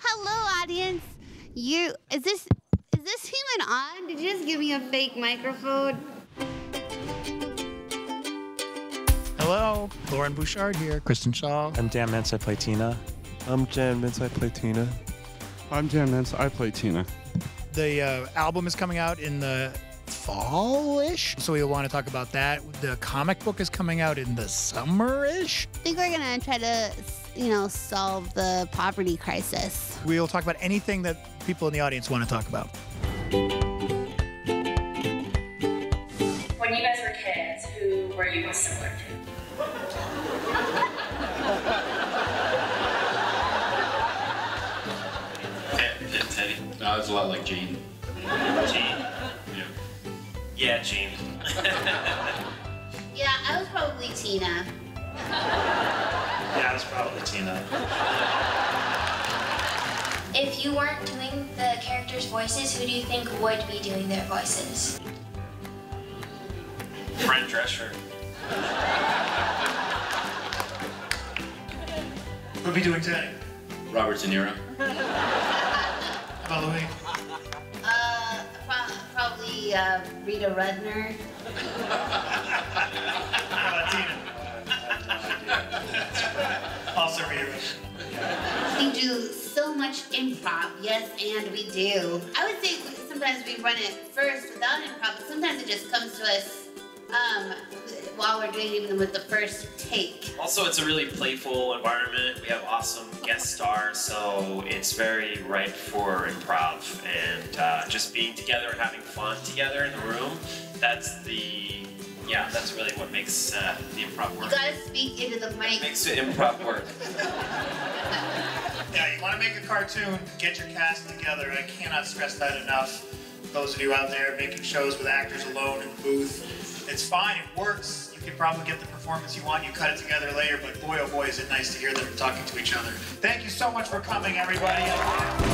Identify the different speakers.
Speaker 1: Hello, audience. You is this is this human on? Did you just give me a fake microphone?
Speaker 2: Hello, Lauren Bouchard here, Kristen Shaw.
Speaker 3: I'm Dan Mintz. I play Tina. I'm Jan Mintz. I play Tina.
Speaker 4: I'm Jan Nance. I play Tina.
Speaker 2: The uh, album is coming out in the fall-ish, so we'll want to talk about that. The comic book is coming out in the summer-ish.
Speaker 1: I think we're gonna try to, you know, solve the poverty crisis.
Speaker 2: We'll talk about anything that people in the audience want to talk about.
Speaker 5: When you guys were kids, who were you most similar to?
Speaker 6: Teddy. No, I was a lot like Gene.
Speaker 7: Gene.
Speaker 6: Yeah.
Speaker 7: Yeah, Gene.
Speaker 1: Yeah, I was probably Tina.
Speaker 7: Yeah, it's probably Tina.
Speaker 8: If you weren't doing the characters' voices, who do you think would be doing their voices?
Speaker 7: Fred Drescher.
Speaker 2: We'll be doing today.
Speaker 6: Robert De Niro.
Speaker 2: By the way,
Speaker 1: Uh, pro- probably uh, Rita Rudner.
Speaker 2: also Rita.
Speaker 1: We do so much improv. Yes, and we do. I would say sometimes we run it first without improv, but sometimes it just comes to us um, while we're doing it, even with the first take.
Speaker 7: Also, it's a really playful environment. We have awesome guest stars, so it's very ripe for improv and uh, just being together and having fun together in the room. That's the yeah. That's really what makes uh, the improv
Speaker 1: You
Speaker 7: work.
Speaker 1: gotta speak into the mic.
Speaker 7: Makes the improv work.
Speaker 2: Yeah, you want to make a cartoon, get your cast together. I cannot stress that enough. Those of you out there making shows with actors alone in the booth, it's fine, it works. You can probably get the performance you want, you cut it together later, but boy oh boy is it nice to hear them talking to each other. Thank you so much for coming, everybody.